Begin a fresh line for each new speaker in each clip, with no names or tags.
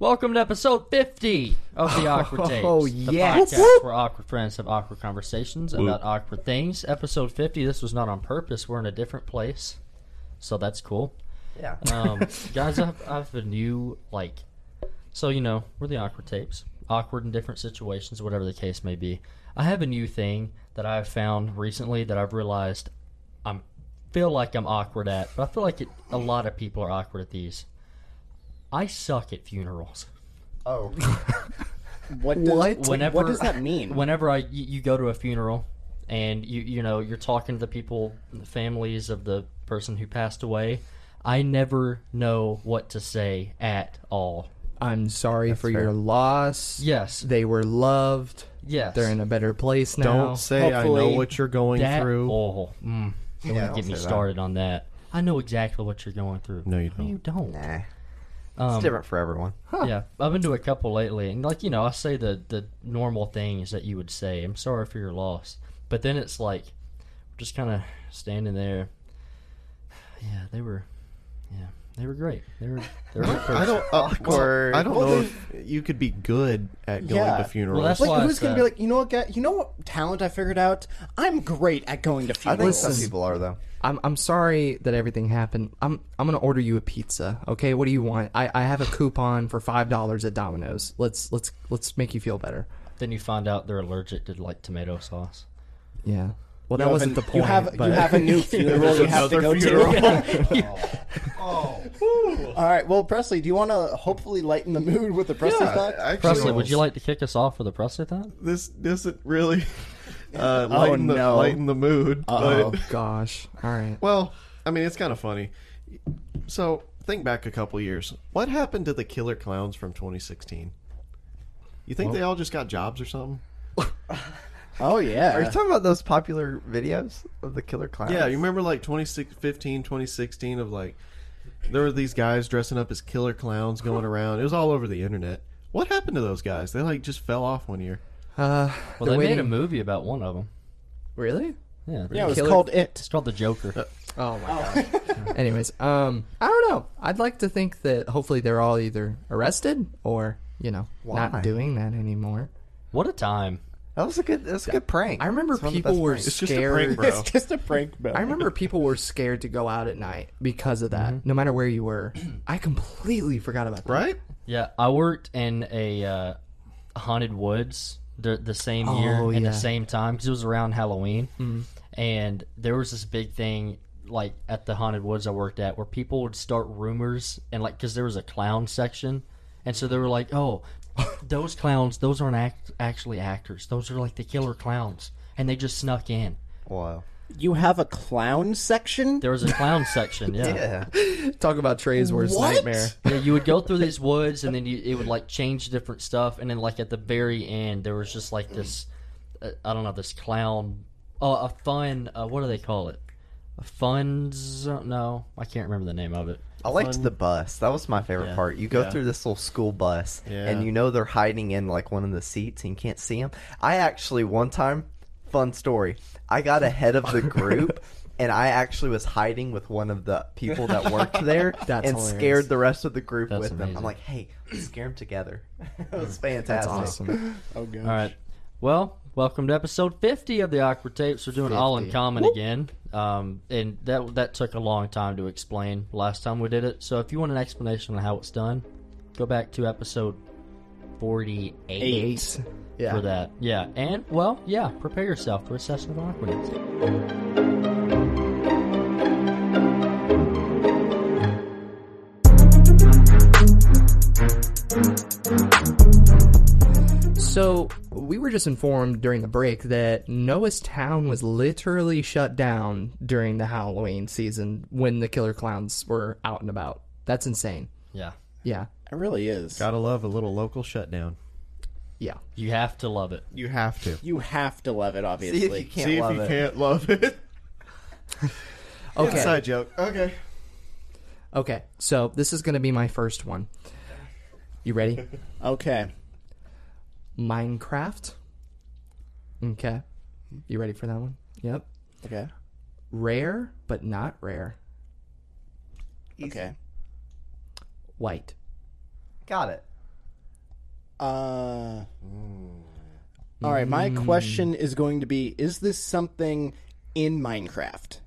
Welcome to episode 50 of the Awkward Tapes.
Oh,
the
yes.
podcast where awkward friends have awkward conversations about awkward things. Episode 50, this was not on purpose. We're in a different place, so that's cool.
Yeah.
Um, guys, I have, I have a new, like, so, you know, we're the Awkward Tapes. Awkward in different situations, whatever the case may be. I have a new thing that I've found recently that I've realized I'm feel like I'm awkward at, but I feel like it, a lot of people are awkward at these. I suck at funerals.
Oh.
What does,
What?
what?
whenever
does that mean?
Whenever I you, you go to a funeral and you you know you're talking to the people, the families of the person who passed away, I never know what to say at all.
I'm sorry for your loss.
Yes.
They were loved.
Yes.
They're in a better place now.
Don't say I know
Hopefully
what you're going
that,
through.
Oh, mm, don't
Yeah,
get me
that.
started on that. I know exactly what you're going through.
No, you
You don't.
Nah.
Um,
It's different for everyone.
Yeah, I've been to a couple lately, and like you know, I say the the normal things that you would say. I'm sorry for your loss, but then it's like we're just kind of standing there. Yeah, they were. Yeah, they were great. They were. They were a good
I
person.
don't. Uh,
Awkward.
I don't
Well,
know
there's-
if you could be good at going
Yeah.
to funerals.
Well, that's why
Like,
I
who's gonna
said-
be like, you know what, guy, you know what talent I figured out? I'm great at going to
I think
funerals.
some people are though.
I'm I'm sorry that everything happened. I'm I'm gonna order you a pizza. Okay, what do you want? I, I have a coupon for five dollars at Domino's. Let's let's let's make you feel better.
Then you find out they're allergic to like tomato sauce.
Yeah. Well, that
You have
wasn't
a-
the point.
You have
but
you have a new funeral you have to go to.
Oh.
All right, well, Presley, do you want to hopefully lighten the mood with the Presley
Yeah,
thought?
actually,
Presley, would you like to kick us off with a Presley thought?
this? Doesn't really
Oh,
uh, lighten, the,
no.
lighten the mood.
Oh
But,
gosh. All right.
well, I mean, it's kind of funny. So think back a couple years. What happened to the killer clowns from 2016? You think they all just got jobs or something?
oh yeah.
Are you talking about those popular videos of the killer clowns?
Yeah, you remember like 2015, 2016 of like there were these guys dressing up as killer clowns going around. It was all over the internet. What happened to those guys? They like just fell off one year.
Uh,
Well,
they're
they made
waiting-
a movie about one of them.
Really?
Yeah, Uh,
yeah, it was
Killer-
called it.
it's called The Joker.
Oh my gosh. Anyways, um, I don't know. I'd like to think that hopefully they're all either arrested or you know
Why?
not doing that anymore.
What a time!
that was a good. That was a good prank.
I remember
It's one of the
people
best
were
pranks.
just a prank,
scared.
bro.
It's just a prank, but
I remember people were scared to go out at night because of that. No matter where you were, I completely forgot about that.
Right?
Yeah, I worked in a uh, haunted woods the, the same year
Oh,
and
yeah. Mm-hmm.
the same time because it was around Halloween, and there was this big thing like at the haunted woods I worked at where people would start rumors and like because there was a clown section, and so they were like, "Oh, those clowns, those aren't act- actually actors; those are like the killer clowns," and they just snuck in.
Wow.
you have a clown section.
There was a clown section, yeah.
Yeah.
Talk about Trey's worst
What?
nightmare.
Yeah, you would go through these woods, and then you, it would like change different stuff, and then like at the very end, there was just like this, uh, I don't know, this clown, oh, a fun, uh, what do they call it? A fun, zo- no, I can't remember the name of it.
I liked the bus. That was my favorite part. You go through this little school bus,
Yeah.
and you know they're hiding in like one of the seats, and you can't see them. I actually one time, fun story. I got ahead of the group, and I actually was hiding with one of the people that worked there,
That's
and
hilarious.
scared the rest of the group
That's
with them.
amazing.
I'm like, hey, let's scare them together. it was fantastic.
That's awesome.
oh god.
All right, well, welcome to episode fifty of the Awkward Tapes. We're doing all in common again, um, and that that took a long time to explain last time we did it. So if you want an explanation on how it's done, go back to episode forty-eight.
Eight. Yeah.
for that. Yeah, and well, yeah, prepare yourself for a session of awkwardness.
So we were just informed during the break that Noah's town was literally shut down during the Halloween season when the killer clowns were out and about. That's insane.
Yeah,
Yeah.
It really is.
Gotta love a little local shutdown.
Yeah.
You have to love it.
You have to.
You have to love it,
See
obviously.
if you can't
See if
love
you
it.
can't love it.
Okay.
Inside joke. Okay.
Okay. So this is going to be my first one. You ready?
Okay.
Minecraft. Okay. You ready for that one? Yep.
Okay.
Rare, but not rare.
Okay.
White.
Got it.
Uh, all right. My question is going to be: Is this something in Minecraft?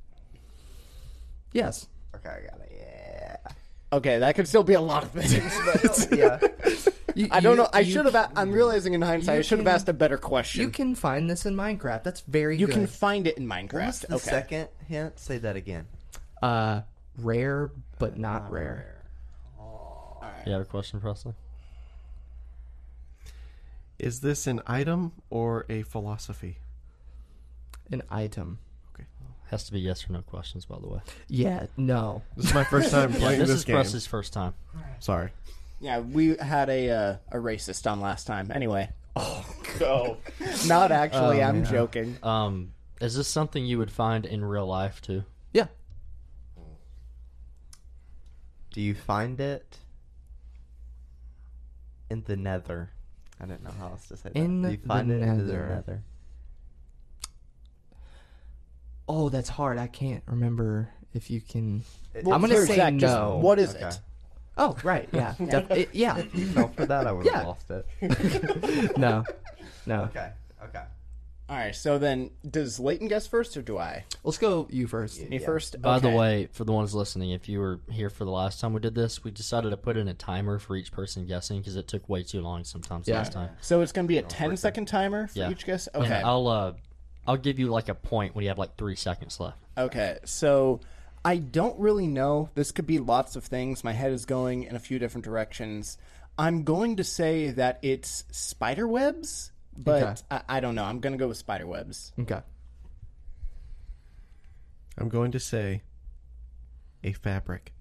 Yes.
Okay, I got it. Yeah.
Okay, that could still be a lot of things. But
Yeah.
You-
I don't
you-
know. I
you
should have. a- I'm realizing in hindsight, I should have
can-
asked a better question.
You can find this in Minecraft. That's very
You
good.
can find it in Minecraft.
What was the
okay.
second hint? Say that again.
uh, rare, but not rare.
You have a question, Presley?
Is this an item or a philosophy?
An item.
Has to be yes or no questions, by the way.
Yeah. No.
This is my first time
Yeah,
playing
this,
this,
is
game.
Presley's first time.
Sorry.
Yeah, we had a uh, a racist on last time. Anyway. Oh go. Not
Oh,
actually. I'm joking.
Uh,
Um, is this something you would find in real life too?
Yeah.
Do you find it in the nether? I don't know how else to say that.
In
Do you
the
find it in the
nether.
nether?
Oh, that's hard. I can't remember if you can.
Well,
I'm gonna
here,
say
Zach, just
no.
what is
Okay.
it?
Oh, right. Yeah. Def- it- yeah.
You fell for that, I would have
Yeah.
lost it.
No. No.
Okay. Okay.
All right. So then, does Leighton guess first or do I?
Let's go you first.
Me first.
By the
Okay.
way, for the ones listening, if you were here for the last time we did this, we decided to put in a timer for each person guessing because it took way too long sometimes
Yeah.
last time.
So it's going to be a 10 second timer for
Yeah.
each guess? Okay.
And I'll uh, I'll give you like a point when you have like three seconds left.
Okay, so I don't really know. This could be lots of things. My head is going in a few different directions. I'm going to say that it's spider webs, but
Okay.
I, I don't know. I'm going to go with spider webs.
Okay.
I'm going to say a fabric.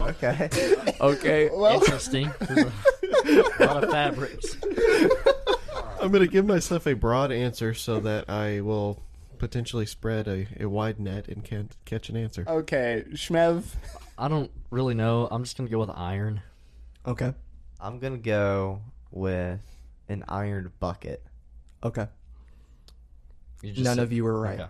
Okay.
Okay.
Interesting. There's a lot of fabrics.
I'm going to give myself a broad answer so that I will potentially spread a, a wide net and can't catch an answer.
Okay, Shmev.
I don't really know. I'm just gonna go with iron.
Okay.
I'm gonna go with an iron bucket.
Okay.
You just
None of you were right.
Okay.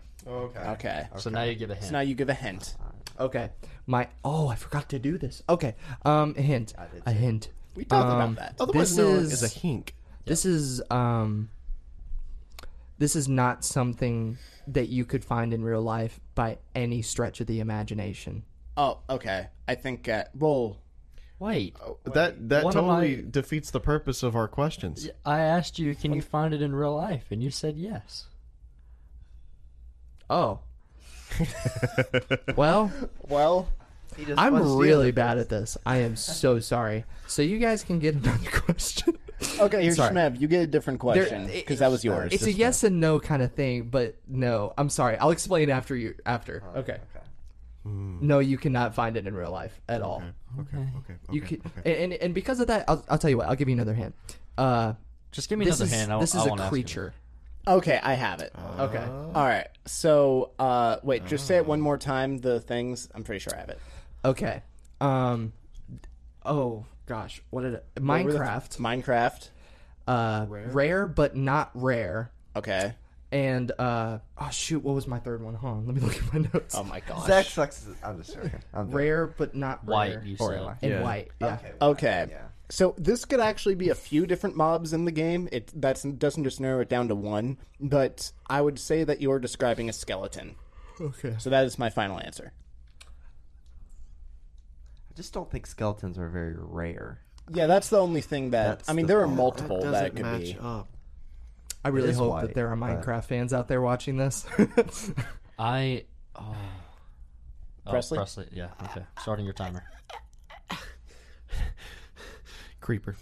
Okay.
Okay,
So now you give a hint.
so now you give a hint.
Okay. My oh, I forgot to do this. Okay. Um, a hint. A hint.
We talked
Um,
about that.
Otherwise
this
known
is-
as a hink.
This is um. This is not something that you could find in real life by any stretch of the imagination.
Oh, okay. I think, uh, well,
Wait.
That that
One of
totally
my-
defeats the purpose of our questions.
I asked you, can you find it in real life? And you said yes.
Oh. well,
well,
He just wants
I'm
to-
really bad at this. I am so sorry. So you guys can get another question.
okay, here's
Sorry.
Shmev. You get a different question
it-
because that was yours.
It's a yes and no kind of thing, but no. I'm sorry. I'll explain after you after. okay. No, you cannot find it in real life at all.
Okay, okay.
You can, and, and and because of that, I'll, I'll tell you what. I'll give you another hint. Uh,
Just give me
this
another
is
hand. I,
this
I
is
won't
a
ask you.
creature.
okay, I have it.
Okay.
All right, so, uh, wait, just say it one more time, the things. I'm pretty sure I have it.
Okay. Um. Oh gosh, what did it,
were the-
Minecraft?
Minecraft.
uh, rare? but not rare.
Okay.
And uh, oh shoot, what was my third one? Hold on, let me look at my notes.
Oh my gosh.
Zach sucks. at- I'm just joking. I'm joking.
rare but not
White,
rare.
you
Or
said.
am I?
and
Yeah.
white. Yeah.
Okay.
Okay.
Yeah.
So this could actually be a few different mobs in the game. It that's, doesn't just narrow it down to one, but I would say that you're describing a skeleton.
Okay.
So that is my final answer.
I just don't think skeletons are very rare.
Yeah, that's the only thing that
That's
I mean.
the
there are
thing.
multiple that,
doesn't
it could
match
be.
up.
I really
is
hope
white,
that there are
but-
Minecraft fans out there watching this.
I. Oh. Oh,
Presley?
Presley. Yeah. Okay. Starting your timer.
Creeper.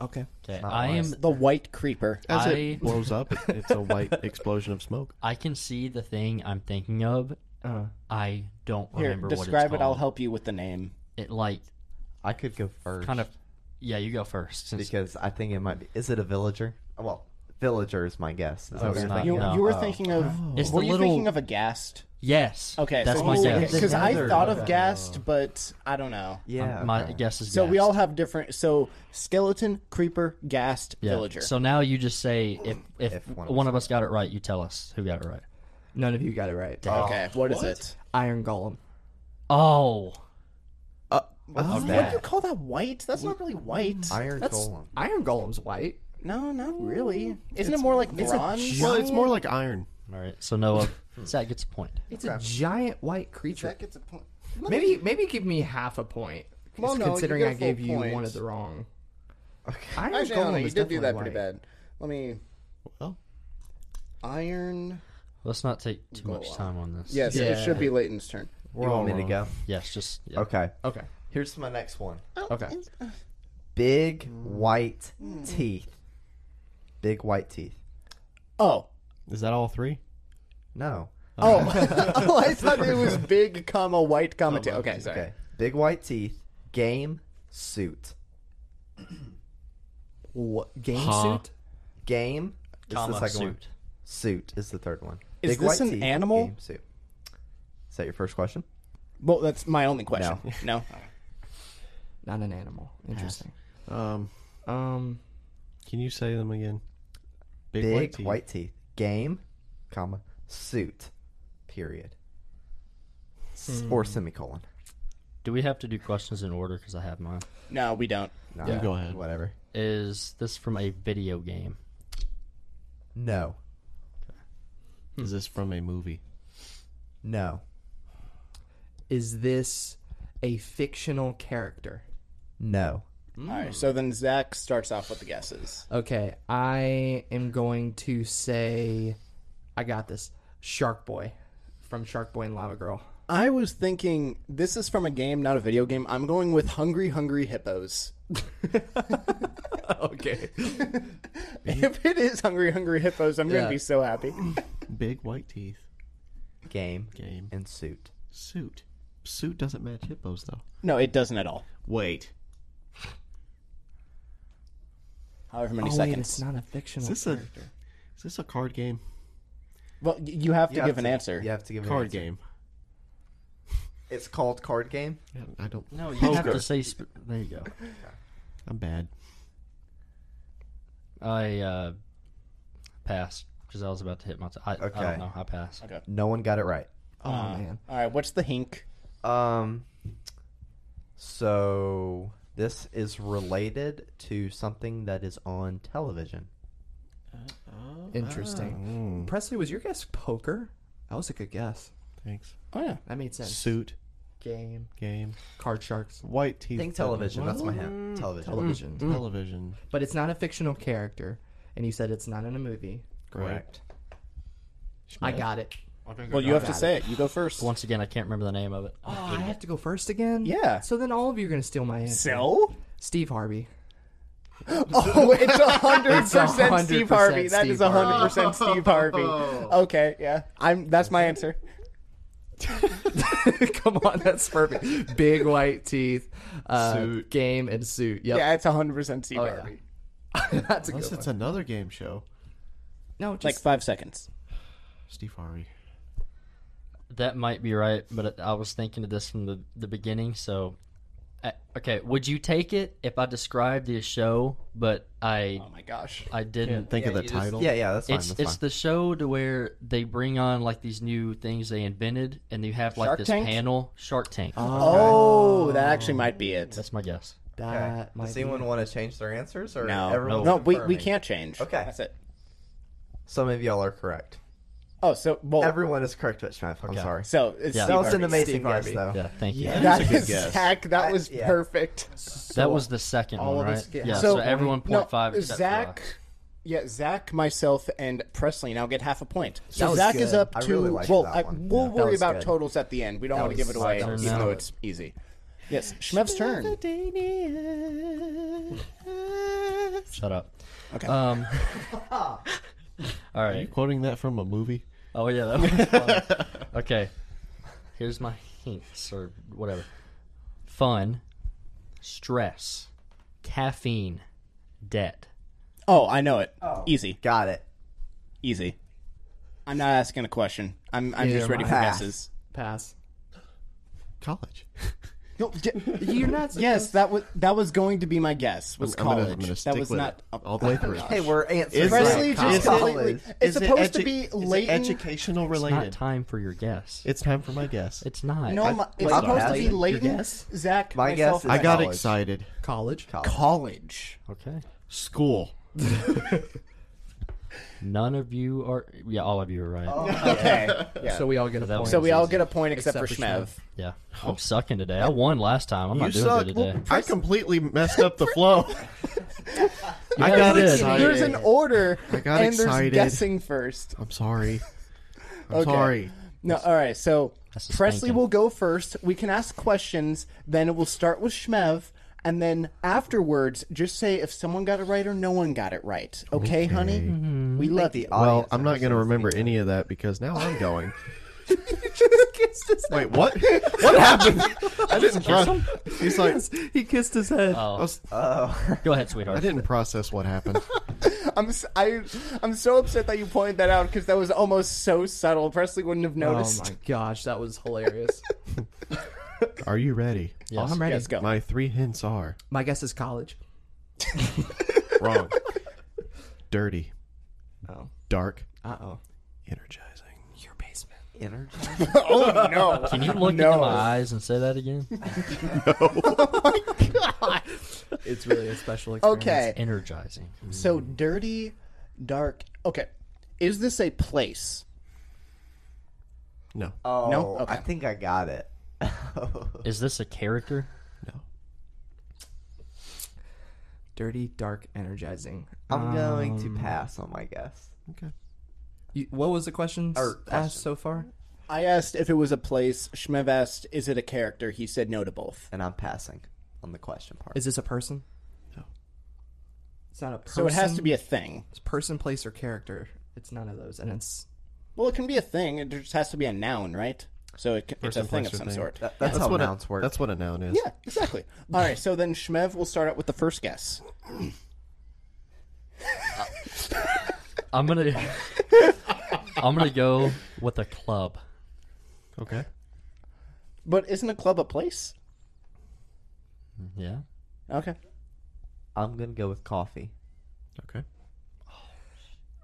Okay.
Okay,
not
I am.
wise.
The white creeper.
As
I-
it blows up, it, it's a white explosion of smoke.
I can see the thing I'm thinking of.
Uh-huh.
I don't
Here,
remember what
describe
it's
it. I'll
called.
help you with the name.
It like
I could go first.
kind of. Yeah, you go first. Since
because I think it might be. Is it a villager? Well, villager is my guess. Is that what
it's
you're
not.
thinking?
You,
No.
you were
Oh.
thinking of.
It's
were
the
you
little-
thinking of a ghast?
yes.
Okay,
that's
so
my guess.
Because I
Together.
thought of
Okay.
ghast, but I don't know.
Yeah.
Um, my
okay.
guess is
So we
gas.
all have different. So skeleton, creeper, ghast,
Yeah.
villager.
So now you just say if if,
Um, If
one,
one
of,
of
us got it right, you tell us who got it right.
None of you got it right.
okay, Oh. what is it?
Iron Golem.
Oh,
Uh, What's
What do you
that?
call that? White? That's not really white.
Iron
That's-
golem.
Iron Golem's white.
No, not really. Isn't it more like bronze?
Well, it's more like iron.
all right. So Noah, Zach gets a point.
It's a giant white creature.
gets a point.
Maybe maybe give me half a point. 'cause
Well, no, you
considering
get a
I gave
full
you
point.
one of the wrong. Iron
Actually, I don't know.
Golem
You
is
did do
definitely
that pretty
white.
bad. Let me.
Well,
Iron.
Let's not take too much time on this.
Yes, it
Yeah.
should be Leighton's turn.
You want me to go?
Yes. Just yeah.
Okay.
Okay.
Here's my next one.
Okay.
Big white teeth. Big white teeth.
Oh.
Is that all three?
No.
Oh. oh, I thought it was big, comma, white, comma, two. Okay, sorry.
Okay. Big white teeth. Game suit.
What game
Huh.
suit?
Game. is
Comma,
the second
suit.
one. Suit is the third one.
Is
Big
this
white
an
teeth,
animal?
Game suit. Is that your first question?
Well, that's my only question. No.
Not an animal. Interesting.
Um,
Um.
can you say them again?
Big white teeth. Game, comma suit, period. S-
Hmm.
Or semicolon.
Do we have to do questions in order? Because I have mine.
No, we don't.
No,
You go ahead.
Whatever.
Is this from a video game?
No.
Is this from a movie?
No.
Is this a fictional character?
No.
All right, so then Zach starts off with the guesses.
Okay. I am going to say, I got this. Shark Boy, from Shark Boy and Lava Girl.
I was thinking this is from a game, not a video game. I'm going with Hungry Hungry Hippos.
okay.
if it is Hungry Hungry Hippos, I'm going
Yeah.
to be so happy.
Big white teeth.
Game
Game.
and suit.
Suit. Suit doesn't match hippos though.
No, it doesn't at all.
Wait.
However many
Oh wait, it's
seconds.
not a fictional.
Is this a is this a card game?
Well, y- you have to
You have
give an
to-
answer.
You have to give an
Card
answer.
game.
It's called card game.
Yeah, I don't.
No, you have to say. Sp- there you go.
I'm bad.
I uh, passed because I was about to hit my. T- I, I
Okay.
don't know. I passed.
No one got it right.
oh man.
Uh, All right, what's the hink?
Um. So this is related to something that is on television.
Interesting. Presley, was your guess poker? That was a good guess.
Thanks.
Oh, yeah.
That made sense.
Suit.
Game.
Game.
Card sharks.
White teeth.
Think television. That's my hint. Television.
Television.
Mm. Television.
But it's not a fictional character. And you said it's not in a movie.
Correct.
I got it.
Well, you have to
got
say it. You go first.
Once again, I can't remember the name of it.
Oh, I have to go first again?
Yeah.
So then all of you are going to steal my answer.
So?
Steve Harvey.
Oh, it's a hundred
It's a
percent
hundred
Steve
percent
Harvey. That
Steve
is a hundred percent Steve Harvey. Okay, yeah. I'm. That's my answer.
Come on, that's perfect. Big white teeth, uh,
Suit.
game, and suit. Yep.
Yeah, it's a hundred percent Steve
Oh, yeah.
Harvey.
that's a
Unless
good
it's
one.
another game show.
No, just
Like five seconds.
Steve Harvey.
That might be right, but I was thinking of this from the, the beginning. So, uh, okay, would you take it if I described the show, but I
Oh my gosh.
I didn't
Think of the title.
Yeah, yeah. That's fine.
It's
that's
it's
fine.
the show to where they bring on like these new things they invented, and you have like
Shark
this
Tank?
panel Shark Tank.
Oh, that actually might be it.
That's my guess.
that might
Does
be-
anyone want to change their answers or
No,
everyone's
no, we, we
confirming?
can't change.
Okay.
that's it.
Some of y'all are correct.
Oh, so well,
Everyone is correct, but Schmeif. I'm sorry.
so it's
Yeah.
Steve
that was an
Harvey.
amazing guess,
Harvey.
though.
Yeah, thank you.
That
That's a good
is
guess.
Zach. That
I-
was
yeah.
perfect.
that was the second
all
one,
of
right?
us get
yeah,
half
so,
a point.
everyone
no,
point five. except for
Zach.
us.
Yeah, Zach, myself, and Presley now get half a point.
That
So
was
Zach is
good.
up
I
to.
really liked
well,
that
I,
one.
we'll
Yeah. That
worry
was
about
good.
totals at the end. We don't want to
was
give it away,
so
even
good.
though it's easy. Yes, Shmev's turn.
Shut up.
Okay.
Um, all
Are you
right.
quoting that from a movie?
Oh yeah, that was fun. okay. Here's my hints or whatever. Fun, stress, caffeine, debt.
Oh, I know it. Easy,
Got it.
easy. I'm not asking a question. I'm I'm just ready for
pass.
guesses.
Pass.
College.
No, j-
You're not.
yes, that was that was going to be my guess. Was
I'm gonna- I'm
college?
gonna stick
that was
with
not.
it all the way through.
Hey, we're answering.
Is
Presley
it-
right.
just
College.
completely.
Is
It's
Is it
supposed to
edu-
be
is it
latent.
educational
It's not
related.
time for your guess.
It's time for my guess.
It's not.
no, my- it's
my
supposed to
guess-
be
your
latent.
guess?
Zach,
My guess
myself,
is
and
I got
College.
excited.
College.
college.
Okay.
School.
None of you are. Yeah, all of you are
Oh.
right.
Okay. Yeah.
So we all get a
that
point.
was
So we all get a point except,
Except
for
for
Shmev.
Yeah. I'm sucking today. I won last time. I'm
You
not doing
suck.
good today.
I completely messed up the flow. I
Yeah,
got
you did.
excited.
There's an order,
got
and
excited.
there's guessing first.
I'm sorry. I'm
Okay.
sorry.
No, all right. So
That's a
Presley
spanking.
will go first. We can ask questions. Then it will start with Shmev, and then afterwards, just say if someone got it right or no one got it right. Okay, honey. We love the
Well, I'm not going to remember any of that because now I'm going. Wait, what? What happened? I didn't. Pro- he's like,
He kissed his head.
I, was-
Oh, Go ahead,
I
sweetheart.
didn't process what happened.
I'm s- I, I'm so upset that you pointed that out because that was almost so subtle. Presley wouldn't have
oh
noticed.
my gosh, that was hilarious.
Are you ready?
Oh,
Yes.
I'm ready.
Let's go.
My three hints are
My guess is college.
wrong, dirty,
Oh.
dark,
Uh oh.
energizing.
Your basement.
Energy.
oh no!
Can you look
No.
into my eyes and say that again?
It's really a special experience.
Okay.
Energizing.
Mm.
So dirty, dark. Okay, is this a place?
No,
Oh,
No? Okay.
I think I got it.
Is this a character?
no.
Dirty, dark, energizing.
I'm going to pass on my guess.
Okay.
You, what was the question
Or
asked so far?
I asked if it was a place. Shmev asked, "Is it a character?" He said no to both.
And I'm passing on the question part.
Is this a person?
No.
It's not a person.
So it has to be a thing.
It's person, place, or character. It's none of those, and it's
Well, it can be a thing. It just has to be a noun, right? So it, can- it's a
Person,
thing
place,
of
or
some
thing.
sort.
That- that's, how
what
nouns
a,
work.
That's what a noun is.
Yeah, exactly. All right, so then Shmev will start out with the first guess.
I'm gonna. I'm gonna go with a club.
Okay.
But isn't a club a place?
Yeah.
Okay.
I'm going to go with coffee.
Okay.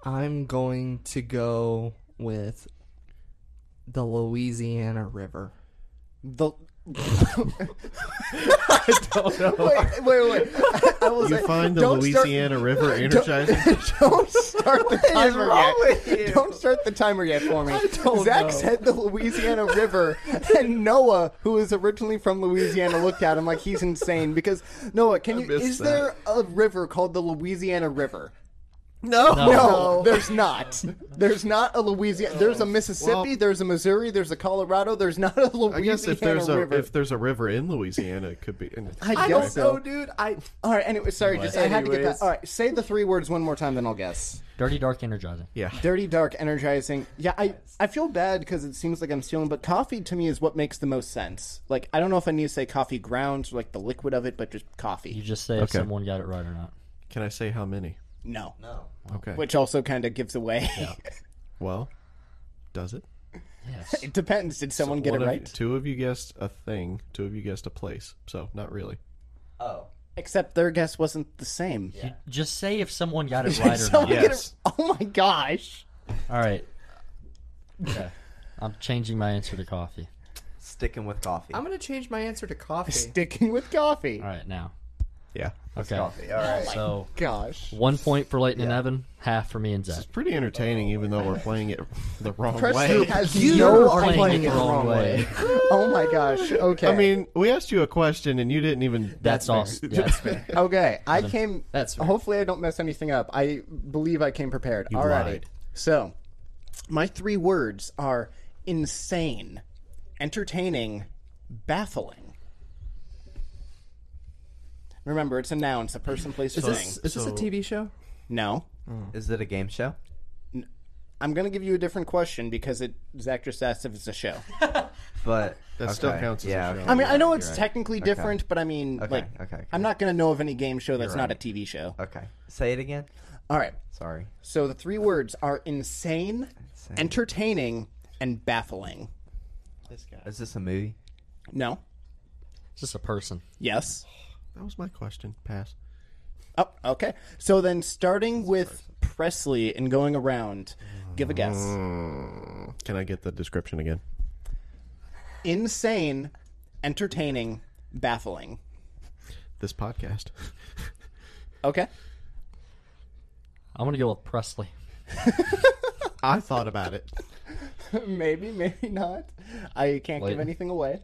I'm going to go with the Louisiana River.
The. Wait, wait, wait. I, I will
You
say,
find the
don't
Louisiana River energizing.
Start, don't start the timer
wrong
yet.
with you?
Don't start the timer yet for me. Zach said the Louisiana River, and Noah, who is originally from Louisiana, looked at him like he's insane. Because Noah, can you?
missed
Is
that.
there a river called the Louisiana River?
No.
No.
No, there's not. There's not a Louisiana. There's a Mississippi.
Well-
there's a Missouri. There's a Colorado. There's not a Louisiana
I guess if there's a
River.
if there's a river in Louisiana, it could be.
I
don't
guess so.
know, dude. I
All right. Anyway, sorry. Just I had to get that.
Anyways.
All right. Say the three words one more time, then I'll guess.
Dirty, dark, energizing.
Yeah.
Dirty, dark, energizing. Yeah, I, I feel bad because it seems like I'm stealing, but coffee to me is what makes the most sense. Like, I don't know if I need to say coffee grounds or like the liquid of it, but just
You
coffee.
just say if
Okay.
someone got it right or not.
Can I say how many?
No.
No.
Okay.
Which also kind of gives away.
Well, does it?
Yes.
it depends. Did someone get it
One of you-
right?
two of you guessed a thing. Two of you guessed a place. So not really.
Oh.
Except their guess wasn't the same.
Just say if someone got it right or
So
not.
we get a-
Yes.
oh my gosh.
All right. Okay. I'm changing my answer to coffee.
Sticking with coffee.
I'm gonna change my answer to coffee.
Sticking with coffee.
All right now.
Yeah.
Okay.
coffee. All right.
So
Gosh.
one point for Leighton and Evan, half for me and Zach.
It's pretty entertaining, even though we're playing it the wrong
Presley
way.
has
You
no
are
idea.
playing it the wrong way.
Oh my gosh. Okay.
I mean, we asked you a question and you didn't even.
That's, awesome. Yeah, that's fair.
okay. I came.
That's fair.
hopefully I don't mess anything up. I believe I came prepared. Alrighty.
lied.
So, my three words are insane, entertaining, baffling. Remember, it's a noun. It's a person, place, or
Is
thing.
this is this a
so-
TV show?
No.
Is it a game show?
I'm going to give you a different question because it Zach just asked if it's a show.
But
That still counts as a
yeah,
show.
okay,
I mean, I know
you're
it's
right.
technically
Okay.
different, but I mean,
Okay,
like,
okay, okay.
I'm not going to know of any game show that's not a TV show.
Okay, say it again.
All right.
Sorry.
So the three words are insane, entertaining, and baffling.
This guy.
Is this a movie?
No.
It's just a person.
Yes.
That was my question. Pass.
Oh, okay. So then, starting with Presley and going around, give a guess.
Mm, Can I get the description again?
Insane, entertaining, baffling.
This podcast.
Okay.
I'm gonna go with Presley.
I thought about it.
maybe, maybe not. I can't give
Leighton?
anything away.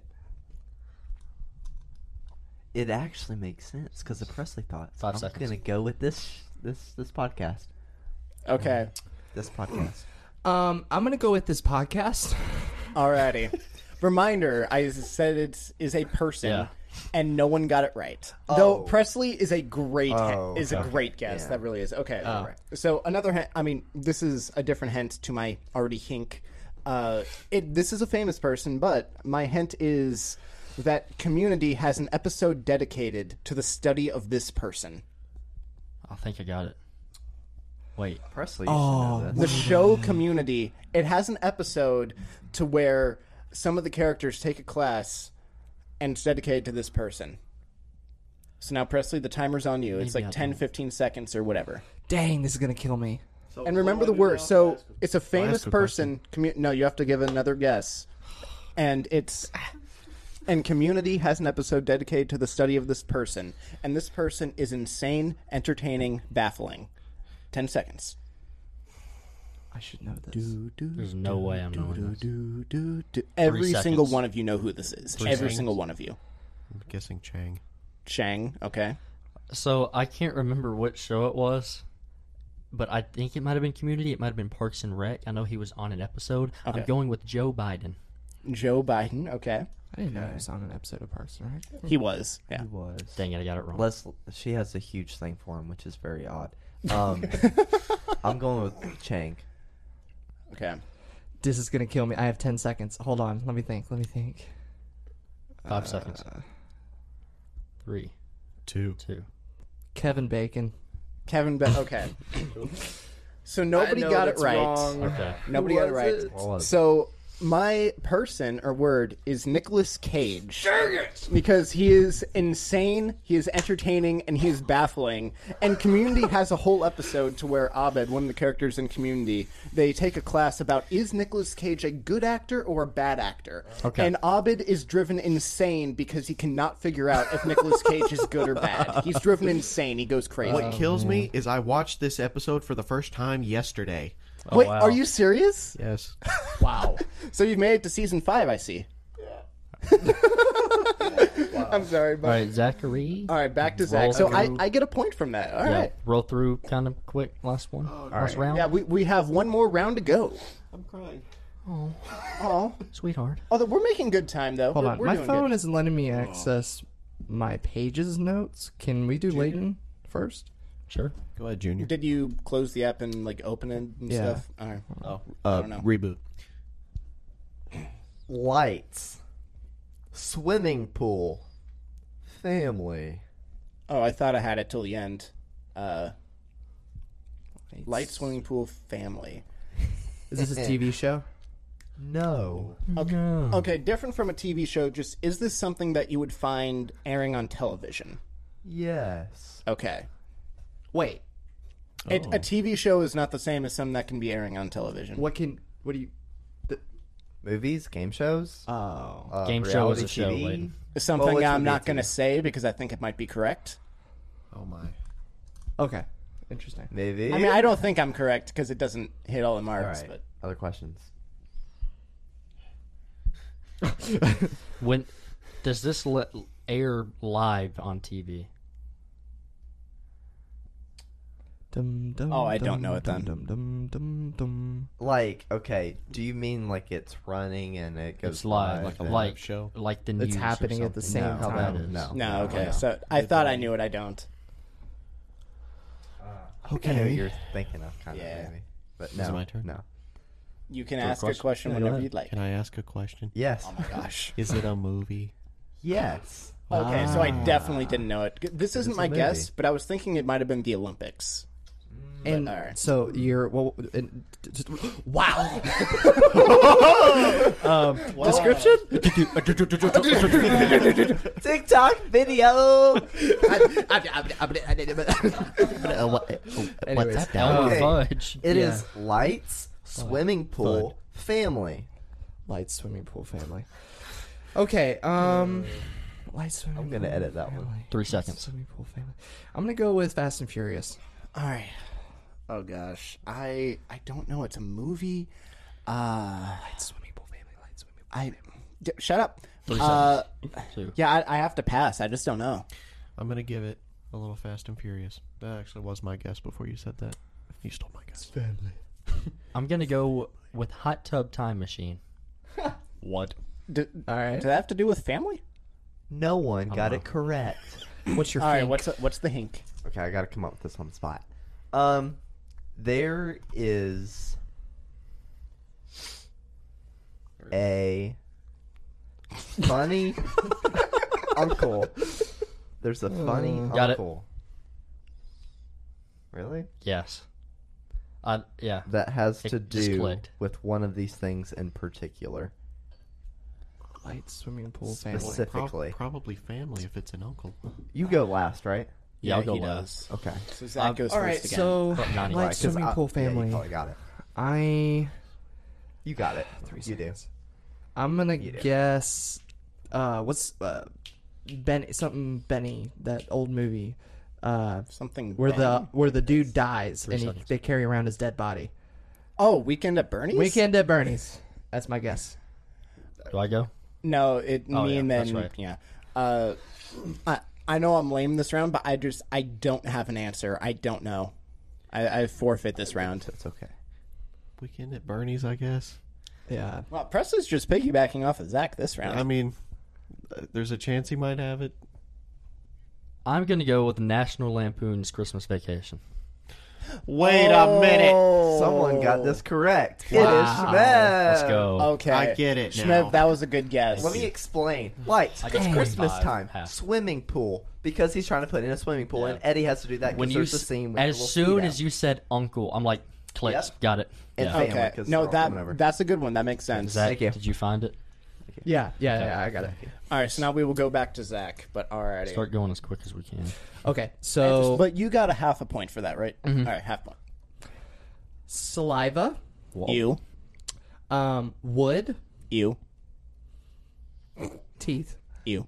It actually makes sense because the Presley thought. so
Five
I'm
seconds.
gonna go with this this this podcast.
Okay.
This podcast.
Um, I'm gonna go with this podcast.
Alrighty. Reminder: I said it is a person,
Yeah.
and no one got it right. Though
Oh.
Presley is a great
Oh,
is a
okay.
great guess.
Yeah.
That really is okay. So another, hint, I mean, this is a different hint to my already hink. Uh, it, this is a famous person, but my hint is that Community has an episode dedicated to the study of this person.
I think I got it. Wait,
Presley. You oh, know
the
this.
show community it has an episode to where some of the characters take a class and it's dedicated to this person so now presley the timer's on you it's
Maybe
like
I'll
10
do it.
15 seconds or whatever
Dang, this is gonna kill me.
and remember the word so it's a famous
ask a
person commu- no you have to give another guess and it's and community has an episode dedicated to the study of this person and this person is insane entertaining baffling 10 seconds
I should know this.
there's no way I'm knowing this.
Do, do, do. Every
seconds.
single one of you know who this is. Every
seconds.
single one of you.
I'm guessing Chang.
Chang, okay.
So I can't remember which show it was, but I think it might have been Community. It might have been Parks and Rec. I know he was on an episode.
Okay.
I'm going with Joe Biden.
Joe Biden, okay.
I didn't know it was on an episode of Parks and Rec.
He was. Yeah.
was.
Dang it, I got it wrong.
Les, she has a huge thing for him, which is very odd. Um, I'm going with Chang.
Okay.
This is gonna kill me. I have ten seconds. Hold on. Let me think. Let me think.
Five seconds.
Uh.
Three,
Two.
two.
Kevin Bacon.
Kevin Be- okay. so nobody got it right.
Okay.
Nobody got it right.
was it?
So my person or word is Nicolas Cage. Because he is insane, he is entertaining, and he is baffling. And Community has a whole episode to where Abed, one of the characters in Community, they take a class about is Nicolas Cage a good actor or a bad actor?
Okay.
And Abed is driven insane because he cannot figure out if Nicolas Cage is good or bad. He's driven insane. He goes crazy.
Oh,
What kills me is I watched this episode for the first time yesterday.
Oh,
Wait,
wow.
are you serious?
Yes.
Wow. so you've made it to season five, I see. I'm sorry, but
All right, Zachary.
all right, back to Zach.
Roll
So I,
through.
I get a point from that. All
Yeah,
right.
roll through kind of quick. Last one. last round.
Yeah, we, we have one more round to go.
I'm crying.
Oh,
Sweetheart.
although we're making good time though.
Hold
we're,
on.
we're
My
doing
phone
good.
isn't letting me access my pages notes. Can we do Leighton first?
Sure.
Go ahead, Junior.
Did you close the app and like open it and
Yeah.
stuff? All right. Oh,
Uh,
don't know.
reboot.
Lights, swimming pool, family.
oh, I thought I had it till the end. Uh, light swimming pool family.
Is this a TV show?
No,
Okay.
Hmm.
Okay, different from a TV show. Just is this something that you would find airing on television?
yes,
Okay.
Wait.
It, a TV show is not the same as some that can be airing on television.
What can? What do you?
movies, game shows,
Oh.
uh,
Game show is
reality
a show,
TV.
Leighton.
Something
it's
I'm
a
not
VT.
going to say because I think it might be correct.
Oh my.
Okay. Interesting.
Maybe.
I mean, I don't think I'm correct because it doesn't hit all the
All
marks.
right. Other questions?
When does this le- air live on TV?
Dum, dum,
Oh, I don't
dum,
know it
dum,
then.
Dum, dum, dum, dum.
Like, okay, do you mean like it's running and it goes
It's live, like,
a
and-
like
live show.
like the news.
It's
or
happening at the
something.
same
No,
time.
that is.
no,
No, okay. So I thought I knew it. I don't.
I know what you're thinking of kind
Yeah.
of maybe, but no,
it my turn?
no,
You can ask a
question?
question
Yeah,
whenever you'd like.
Can I ask a question?
yes,
Oh my gosh.
Is it a movie?
yes.
Okay, so I definitely didn't know it. G- This isn't
a
my
movie.
guess, but I was thinking it might have been the Olympics.
And
all right.
so you're well. And, just, wow. Um,
Description?
TikTok video.
Anyways,
Elmer
Okay.
Fudge.
It
Yeah.
is lights, swimming pool, family.
light swimming pool family. Okay. Um, light swimming.
I'm gonna
pool
edit that one.
family.
Three seconds.
Swimming pool family. I'm gonna go with Fast and Furious.
All right. Oh gosh, I I don't know. It's a movie. Uh,
Light swimming pool family. Light swimming. Pool.
I d- shut up.
Three
Uh,
Two.
yeah, I, I have to pass. I just don't know.
I'm gonna give it a little Fast and Furious. That actually was my guess before you said that. You stole my guess. Family.
I'm gonna go with Hot Tub Time Machine. what?
D-
All right.
Does that have to do with family?
No one got it correct.
What's your
All right.
think?
What's what's the hink?
Okay, I gotta come up with this on the spot. Um, there is a funny uncle. There's a funny
Got it.
uncle. Really?
Yes. I yeah.
That has to
It just
do
clicked.
with one of these things in particular.
light swimming pool family?
Specific- Specifically.
probably family if it's an uncle.
You go last, right?
yeah, I'll go
he
last.
does.
Okay.
So Zach goes
All
first
right.
again.
So
But not
light
anyway,
'Cause
swimming
I-
pool
Yeah, you
family.
probably got it.
I.
You got it.
Three
you do.
seconds. I'm gonna
do.
guess. Uh, what's uh, Benny? Something Benny? That old movie. Uh,
Something
where the
Benny?
where the dude dies and he,
seconds.
they carry around his dead body.
oh weekend at Bernie's.
Weekend at Bernie's. That's my guess.
Do I go?
No, it
Oh,
me
yeah,
and
that's
then
right.
yeah. Uh, I I know I'm lame this round, but I just I don't have an answer. I don't know. I, I forfeit this round.
It's okay.
Weekend at Bernie's, I guess.
Yeah.
Well, Press is just piggybacking off of Zach this round.
I mean, uh, there's a chance he might have it.
I'm gonna go with National Lampoon's Christmas Vacation.
Wait a
Oh.
minute.
Someone got this correct. It is
Oh. Let's
Shmev.
go.
Okay,
I get it now.
Shmev, that was a good guess.
Let me explain. Lights. It's
get
Christmas
25,
time.
half.
Swimming pool because he's trying to put in a swimming pool, and Eddie has to do that
when
because
you
there's a
s-
scene. With
as
the little
soon
feet
as
out.
you said uncle, I'm like, clicks,
Yep.
got it.
And
Yeah.
family,
Okay,
'cause
no,
they're
that
all over.
that's a good one. That makes sense.
Zach,
Thank you.
did you find it?
Yeah. Yeah. Yeah. I got it.
All right, so now we will go back to Zach. But alrighty,
Start going as quick as we can.
Okay. So
but you got a half a point for that, right? All right, half point.
saliva,
You,
um, wood,
you,
teeth.
you.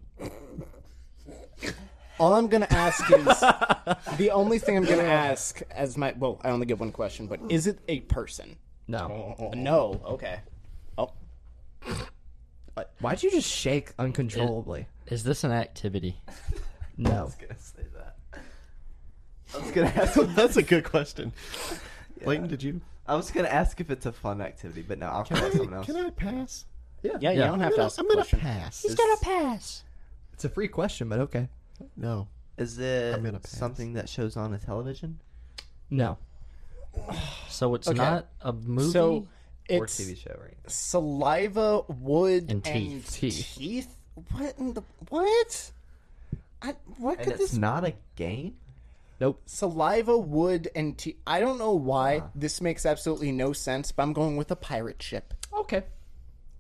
All I'm gonna ask is the only thing I'm gonna ask as my well, I only get one question, but is it a person? Uh,
No.
No. Okay. Oh,
Why'd you just shake uncontrollably?
Is this an activity?
No.
I was gonna say that. I was gonna ask.
That's a good question. Clayton, did you?
I was gonna ask if it's a fun activity, but no, I'll call someone else.
Can I pass?
yeah. You
Yeah.
don't have to ask.
I'm
a
gonna
question.
pass.
It's a free question, but okay.
No.
Is it
gonna pass.
something that shows on a television?
No.
So it's
Okay.
not a movie.
So
Or
it's
TV show, right?
saliva, wood, and
And
teeth.
teeth.
What in the what? I, what
And
could
it's
this
not a game?
Nope.
saliva, wood, and teeth? I don't know why
Ah.
this makes absolutely no sense, but I'm going with a pirate ship.
Okay.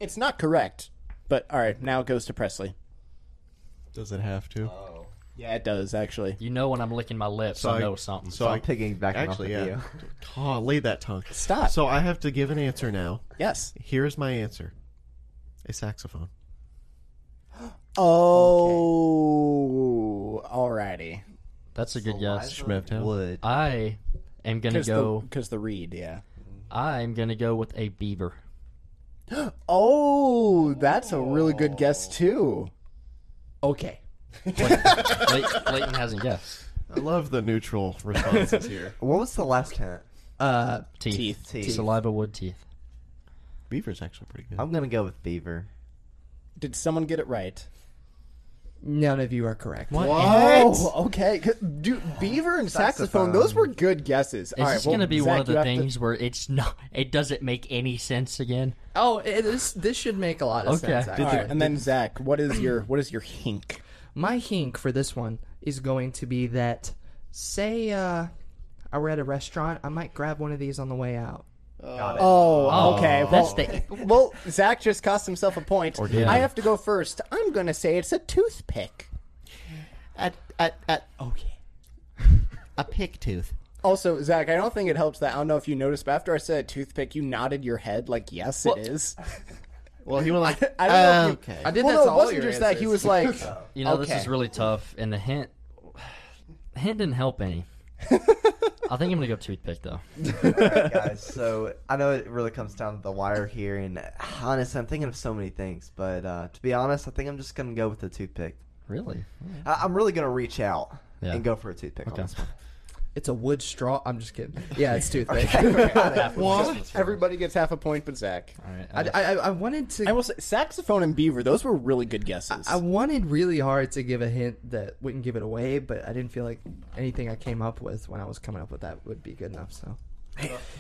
It's not correct, but all right, now it goes to Presley.
Does it have to?
Yeah, it does actually.
you know when I'm licking my lips, I
I-
know something.
so
I'm
I
picking back off
actually,
of
yeah. Oh, lay that tongue.
Stop.
So I have to give an answer now.
yes.
Here's my answer. A saxophone.
Oh, alrighty.
That's a good guess.
you.
Schmevtown.
Wood.
I am gonna
Because
go.
the, read, yeah.
I'm gonna go with a beaver.
Oh, that's a really good guess too.
Okay.
Clayton, Clay- Clayton hasn't guessed.
I love the neutral responses here.
What was the last hint?
Uh,
Teeth.
Teeth.
Teeth.
Saliva, wood, teeth.
Beaver's actually pretty good.
I'm gonna go with beaver.
Did someone get it right?
none of you are correct.
Oh, okay. 'Cause- Dude, beaver and saxophone,
Saxophone.
those were good guesses.
Is this
well,
going to be one
Zach,
of
you
the
have to-
things where it's not? It doesn't make any sense again.
Oh, it is, this should make a lot of
Okay.
sense.
Did
Actually.
All right, and then Zach, what is your what is your hink?
my hink for this one is going to be that say uh I were at a restaurant, I might grab one of these on the way out.
Oh, okay.
That's
well,
the
well, Zach just cost himself a point.
did
I
he?
have to go first. I'm going to say it's a toothpick. At, at, at, oh, yeah.
A pig tooth.
Also, Zach, I don't think it helps that I don't know if you noticed, but after I said toothpick, you nodded your head like, yes, it is.
Well, he went like,
I don't know if you-
okay.
I did that
well, no,
to
it
all
wasn't
your
just that. He
answers.
was like,
you know this
Okay.
is really tough, and the hint the hint didn't help any. I think I'm gonna go toothpick though.
guys. So I know it really comes down to the wire here, and honestly, I'm thinking of so many things. But uh, to be honest, I think I'm just gonna go with the toothpick.
Really?
I- I'm really gonna reach out
Yeah.
and go for a toothpick on
Okay.
this one.
It's a wood straw. I'm just kidding. Yeah, it's toothpick.
everybody gets half a point but Zach.
All right.
I, I, I wanted to.
I will say, saxophone and beaver, those were really good guesses.
I wanted really hard to give a hint that wouldn't give it away, but I didn't feel like anything I came up with when I was coming up with that would be good enough. So,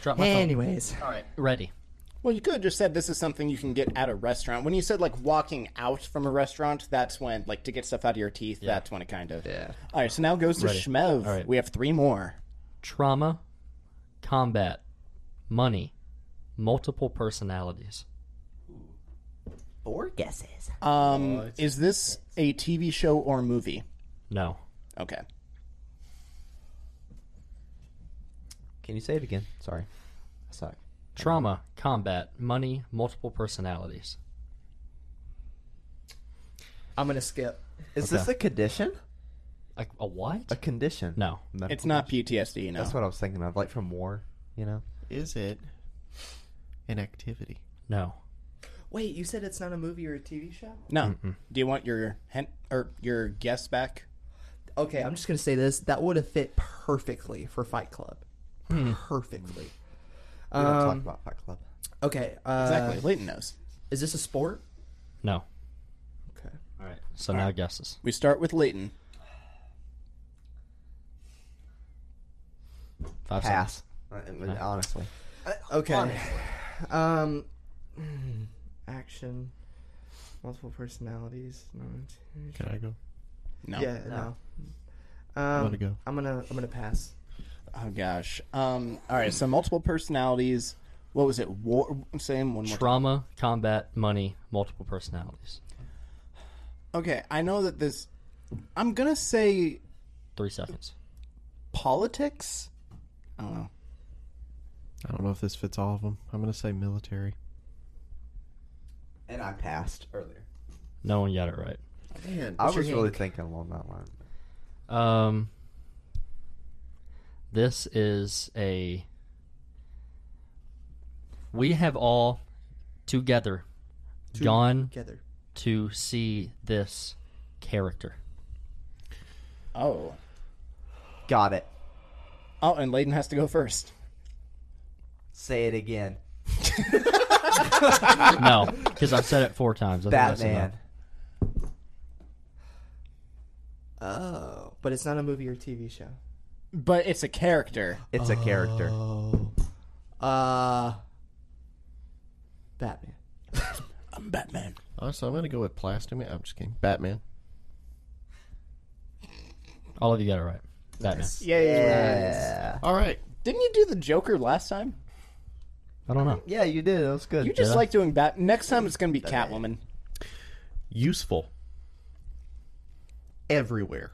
drop my phone.
anyways,
All right. Ready.
well, you could have just said this is something you can get at a restaurant. When you said, like, walking out from a restaurant, that's when, like, to get stuff out of your teeth, that's when it kind of.
Yeah.
All right, so now goes to Shmev.
All right.
We have three more.
Trauma, combat, money, multiple personalities.
Four guesses.
Um,
Oh,
is this a TV show or movie?
No.
Okay.
Can you say it again? Sorry, I suck.
Trauma, combat, money, multiple personalities.
I'm gonna skip.
Is this a condition?
Like a what?
A condition?
No.
Medical
It's not PTSD, no.
That's what I was thinking of, like from war. You know,
Is it an activity?
No.
Wait, you said it's not a movie or a TV show?
No. Do you want your hen- or your guess back?
Okay, I'm just gonna say this. That would have fit perfectly for Fight Club.
Hmm.
Perfectly.
we don't talk
Um,
about Fight Club.
Okay. Uh,
Exactly. Leighton knows.
Is this a sport?
No.
Okay.
All right. So now guesses.
We start with Leighton.
Five seconds.
Pass. Uh, Honestly,
Okay. Um, action, multiple personalities. no, it's-
Can I go?
No.
Yeah. No.
Let
Um,
it go.
I'm gonna. I'm gonna pass.
Oh gosh. Um. All right. So multiple personalities. What was it? War. Same one more. time.
Trauma, combat, money, multiple personalities.
Okay. I know that this. I'm gonna say
Three seconds.
politics. I don't know.
I don't know if this fits all of them. I'm gonna say military.
and I passed earlier.
No one got it right.
Man,
I was really thinking along that line.
Um, this is a. We have all together gone
Together.
to see this character.
Oh.
Got it.
Oh, and Leighton has to go first.
Say it again.
No, because I've said it four times. I think that's
Batman.
enough.
Oh, but it's not a movie or TV show.
But it's a character.
It's a character.
Oh.
Uh, Batman.
I'm Batman.
Honestly, I'm gonna go with Plastoman. I'm just kidding. Batman.
All of you got it right. Batman.
Yeah.
All right.
Didn't you do the Joker last time?
I don't know.
Yeah, you did. That was good.
You just
Yeah.
like doing Bat. Next time it's going to be Catwoman.
Useful. Everywhere.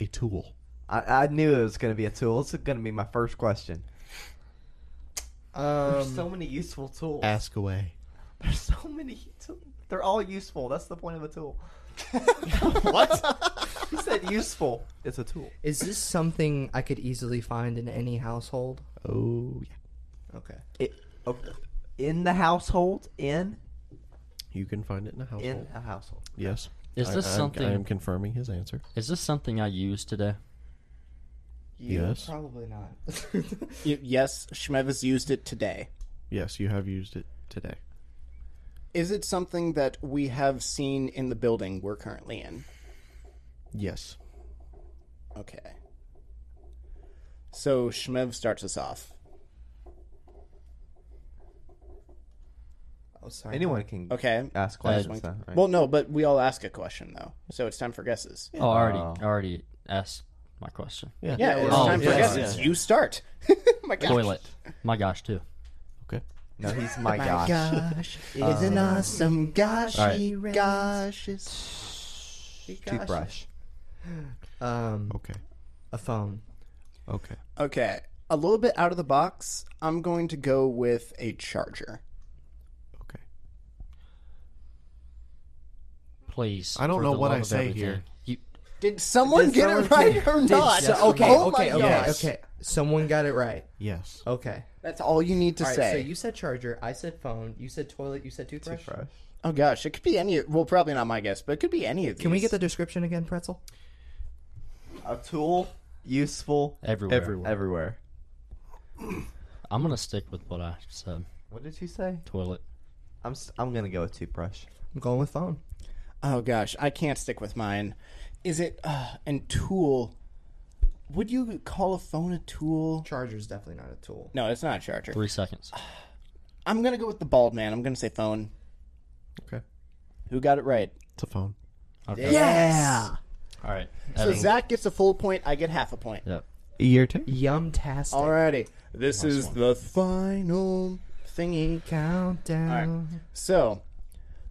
A tool.
I, I knew it was going to be a tool. It's going to be my first question. There's
Um,
so many useful tools.
Ask away.
There's so many tools. They're all useful. That's the point of a tool. what? You said useful. It's a tool.
is this something I could easily find in any household?
Oh yeah.
Okay.
It, okay. In the household. In
You can find it in a household.
in a household.
Yes.
Is this
I, I'm-
something?
I am confirming his answer.
Is this something I use today?
Yes.
Probably not.
Y- yes, Shmevis used it today.
Yes, you have used it today.
Is it something that we have seen in the building we're currently in?
Yes.
Okay. So Shmev starts us off.
oh, sorry.
Anyone can
Okay.
ask questions. though, right?
Well, no, but we all ask a question though, so it's time for guesses. Yeah,
Oh, I already,
Oh.
I already asked my question.
it's
all-
time for
yeah,
guesses. You start. My gosh.
Toilet. My gosh, too.
Okay.
no, he's my, gosh.
Gosh, is an awesome gosh.
All right.
Gosh,
Toothbrush.
um,
Okay.
a phone.
Okay.
Okay, a little bit out of the box. I'm going to go with a charger.
Okay.
Please.
I don't
for
know
the
what
love
I
of
say
everything.
here.
You,
Did someone
Did
get
someone
it right
get-
or not?
Did- okay,
Oh my
okay, okay,
gosh.
okay. Someone got it right.
Yes.
Okay.
That's all you need to
All right.
say.
So you said charger. I said phone. You said toilet. You said toothbrush.
Toothbrush.
Oh gosh, it could be any. Well, probably not my guess, but it could be any of these.
Can we get the description again, Pretzel?
A tool useful
everywhere.
Everywhere.
everywhere.
I'm going to stick with what I said.
What did you say?
Toilet.
I'm s- I'm gonna go with toothbrush.
I'm going with phone.
Oh gosh, I can't stick with mine. Is it uh, and tool? Would you call a phone a tool?
Charger's definitely not a tool.
No, it's not a charger.
Three seconds.
I'm gonna go with the bald man. I'm gonna say phone.
Okay.
Who got it right?
It's a phone.
Okay.
Yeah.
All right.
So
Evan.
Zach gets a full point. I get half a point.
Yep.
Year two.
Yum-tastic.
Alrighty. This is the final thingy.
Countdown.
So,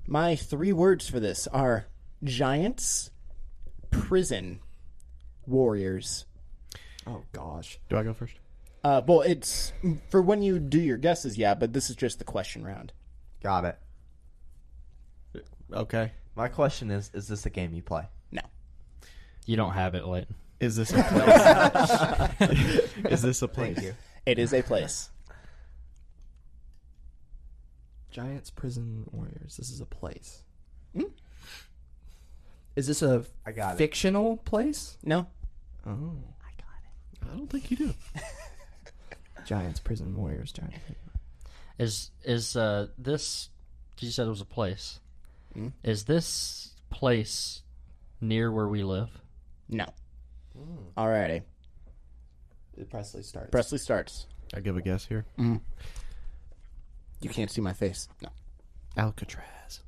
my three words for this are giants, prison, warriors.
Oh gosh.
Do I go first?
Uh, well, it's for when you do your guesses, yeah, but this is just the question round.
Got it.
Okay.
My question is: Is this a game you play?
No.
You don't have it, Leighton.
Is this a place? is this a place?
you.
It is a place.
Giants, prison, warriors. This is a place. Hmm? Is this a
I got it.
fictional place?
No?
Oh.
I don't think you do.
Giants, prison, warriors, giants.
Is is uh this? 'cause You said it was a place. Is this place near where we live?
No. Alrighty.
Presley starts.
Presley starts.
I give a guess here.
You can't see my face. No.
Alcatraz.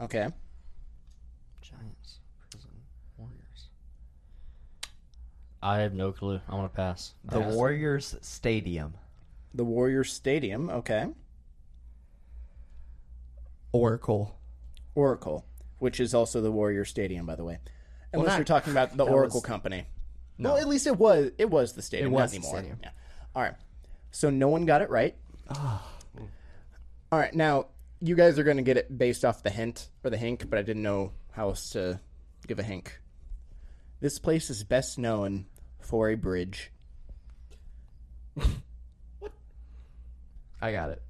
Okay.
Giants, prison, warriors. I have no clue. I want to pass.
The Warriors Stadium.
The Warriors Stadium. Okay.
Oracle.
Oracle, which is also the Warrior Stadium, by the way. Unless
that-
you're talking about the Oracle company. Well, at least it was it was the stadium,
It
not
was the
anymore.
stadium.
Yeah. All right. So no one got it right.
Ah.
All right. Now you guys are going to get it based off the hint or the hink, but I didn't know how else to give a hink. This place is best known for a bridge.
I got it.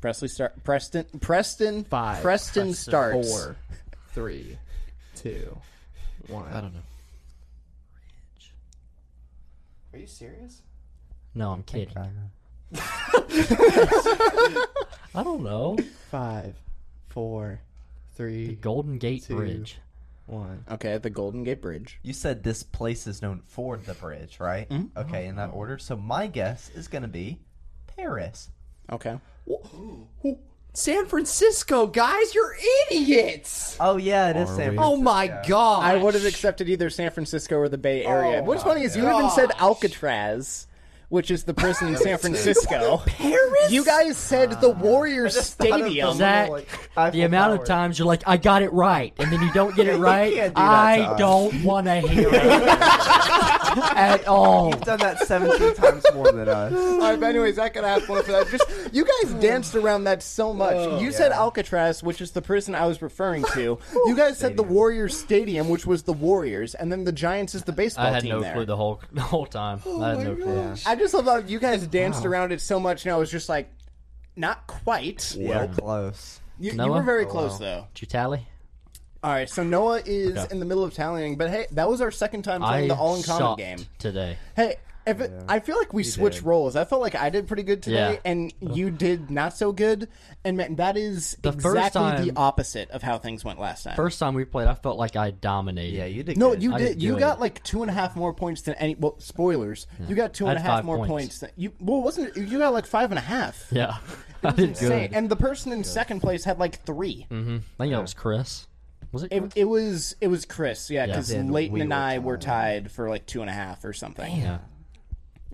Presley start Preston Preston
Five.
Preston, starts.
Four, three, two, one.
I don't know.
Are you serious?
No, I'm kidding. I don't know.
Five, four, three,
Golden Gate
Two.
Bridge.
one.
Okay, the Golden Gate Bridge.
You said this place is known for the bridge, right? Okay, in that order. So my guess is gonna be Paris.
Okay.
San Francisco, guys, you're idiots!
Oh yeah, it is
Are
San
we?
Oh
Francisco.
my god!
I would have accepted either San Francisco or the Bay Area.
Oh
What's
my
funny is you even said Alcatraz, which is the prison in San Francisco.
Paris?
You guys said the Warriors Stadium.
Zach, The amount of times you're like, I got it right, and then you don't get it right.
can't do that to
I
us.
don't want to hear it at all.
I've done that 17 times more than us.
All right, but anyways, I could have fun for that. Just you guys danced around that so much. you said Alcatraz, which is the prison I was referring to. You guys said the Warriors Stadium, which was the Warriors, and then the Giants is the baseball
I had
team
no
there.
clue the whole the whole time. I had no clue.
I just love how you guys danced around it so much, and I was just like, not quite.
Well, close. Oh,
You, you
Noah?
were very close though.
Did you tally?
All right, so Noah is
Okay.
in the middle of tallying, but hey, that was our second time
I
playing the all in common
sucked
game.
today.
Hey, if it, I feel like we switched
did.
roles. I felt like I did pretty good today,
Yeah.
and you did not so good. And man, that is
The first
exactly
time-
the opposite of how things went last time.
First time we played, I felt like I dominated.
Yeah, you did.
no,
good.
you
I
did.
did
You
good.
got like two and a half more points than any. Well, spoilers. You got two
I
and a
had
half
five
more
points.
points. than you. Well, wasn't it? You got like five and a half.
Yeah, I did
Insane.
good.
And the person in second place had like 3
I think that was Chris. Was it? Chris?
It, it was it was Chris, yeah, because
Then
Leighton
we
and
were
I were tied for like two and a half or something.
yeah.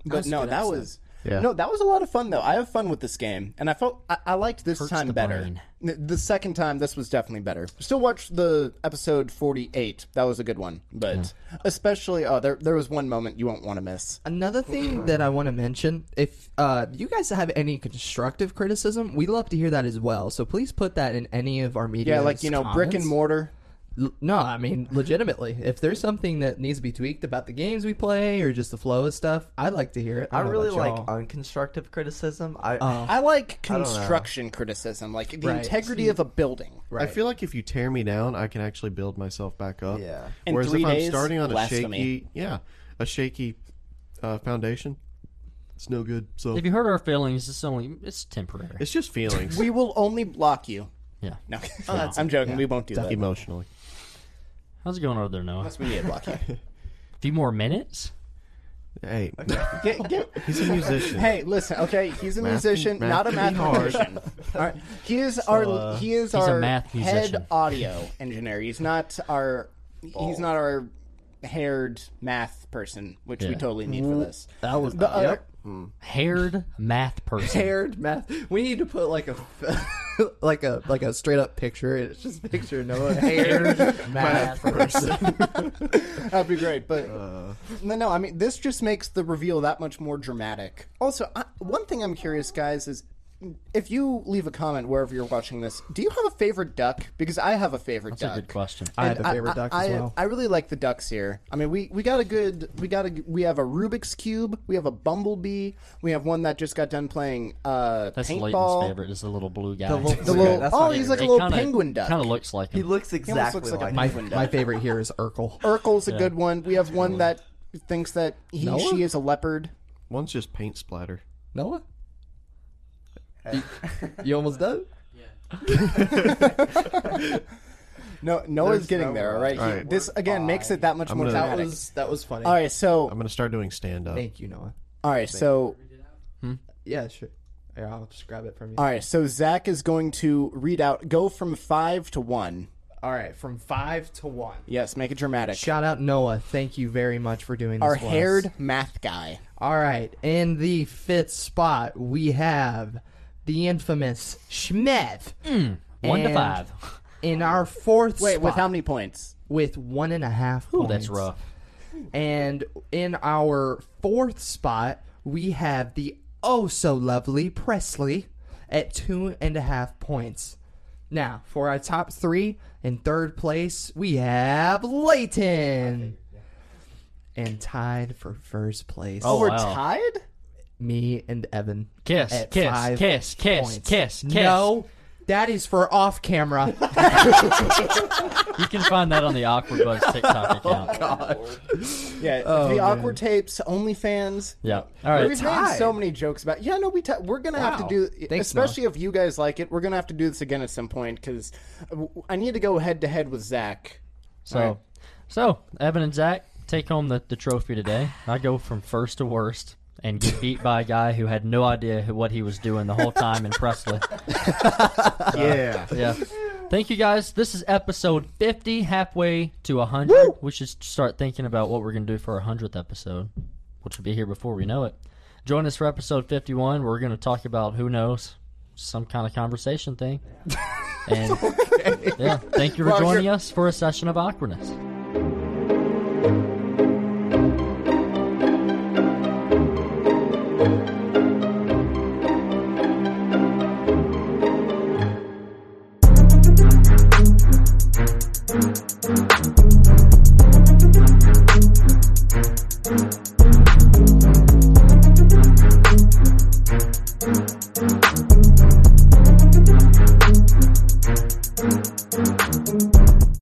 But no, that was
Yeah.
no, that was a lot of fun though. I have fun with this game, and I felt I, I liked this
Hurts
time
the
better.
brain.
N- The second time, this was definitely better. Still watch the episode forty eight. That was a good one, but especially oh, there there was one moment you won't want to miss.
Another thing that I want to mention, if uh, you guys have any constructive criticism, we love to hear that as well. So please put that in any of our media.
Yeah, like you know, brick and mortar.
L- No, I mean legitimately. If there's something that needs to be tweaked about the games we play or just the flow of stuff, I'd like to hear it.
I
don't know
really
about
like
y'all.
unconstructive criticism. I
I like construction criticism, like the integrity of a building.
I feel like if you tear me down, I can actually build myself back up.
Yeah.
In
Whereas
three
if
days,
I'm starting on a
blasphemy.
shaky, yeah, a shaky uh, foundation, it's no good. So
If you hurt our feelings, it's only it's temporary.
it's just feelings
We will only block you.
yeah.
No, I'm joking. We won't do that.
emotionally.
How's it going over there, Noah?
We need to block you.
A few more minutes.
Hey,
Get- get-
he's a musician.
hey, listen. Okay, he's a
Math-
musician,
math
not a
can be hard.
mathematician. All right, he is our he is
uh, a
our
math musician.
head audio engineer. He's not our he's not our haired math person, which we
Yeah. Mm,
totally need for this.
that was
The other,
Haired math person.
uh, paired math. We need to put like a like a like a straight up picture. It's just picture Noah haired math person.
That'd be great, but
Uh.
no, no. I mean, this just makes the reveal that much more dramatic. Also, I, one thing I'm curious, guys, is if you leave a comment wherever you're watching this, do you have a favorite duck? Because I have a favorite
That's
duck.
a good question.
I have
And
a favorite duck
I,
as well.
I really like the ducks here. I mean, we, we got a good we got a we have a Rubik's cube, we have a bumblebee, we have one that just got done playing uh,
That's Leighton's
paintball.
favorite. Is the little blue guy.
The little
That's
oh,
my
he's like a
It
little
kinda-
penguin duck.
Kinda looks like
he
him.
looks
almost
exactly
looks like
like,
a
my,
him.
my favorite here is Urkel.
Urkel's a good one. We have one that thinks that he she is a leopard.
One's just paint splatter.
Noah, you, you almost done?
No, Noah's getting
no
there. All
way.
right, He-
All right.
this again makes it that much more
gonna- That
That
dramatic.
was that was funny.
all right, so
I'm gonna start doing stand up.
Thank you, Noah.
all right, so
Yeah, sure. Here, I'll just grab it from you.
all right, so Zach is going to read out. Go from five to one.
All right, from five to one.
Yes, make it dramatic.
Shout out Noah. Thank you very much for doing this.
Our
for us.
haired math guy.
All right, in the fifth spot we have the infamous Schmev.
One to
And
five.
In our fourth
Wait,
spot,
with how many points?
with one and a half
Ooh,
points.
that's rough.
And in our fourth spot, we have the oh so lovely Presley at two and a half points. Now, for our top three, in third place, we have Leighton. And tied for first place,
Oh,
We're
wow.
tied.
me and Evan.
Kiss,
at
kiss,
five
kiss, kiss,
points.
kiss, kiss.
No, that is for off camera.
You can find that on the Awkward Buds TikTok
Oh,
account.
Yeah, the awkward tapes, OnlyFans.
Oh, Yeah. All right.
We've made so many jokes about. Yeah, no, we. T- we're gonna have to
Wow.
do,
Thanks,
especially if you guys like it. We're gonna have to do this again at some point because I need to go head to head with Zach.
So, so Evan and Zach take home the, the trophy today. I go from first to worst and get beat by a guy who had no idea who, what he was doing the whole time in Presley.
Yeah.
Yeah. Thank you guys. This is episode 50, halfway to 100. We should start thinking about what we're going to do for our 100th episode, which will be here before we know it. Join us for episode 51. We're going to talk about who knows, some kind of conversation thing. And yeah, thank you for joining us for a session of awkwardness.